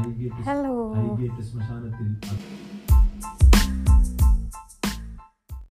I gate hello I gate ശ്മശാനത്തിൽ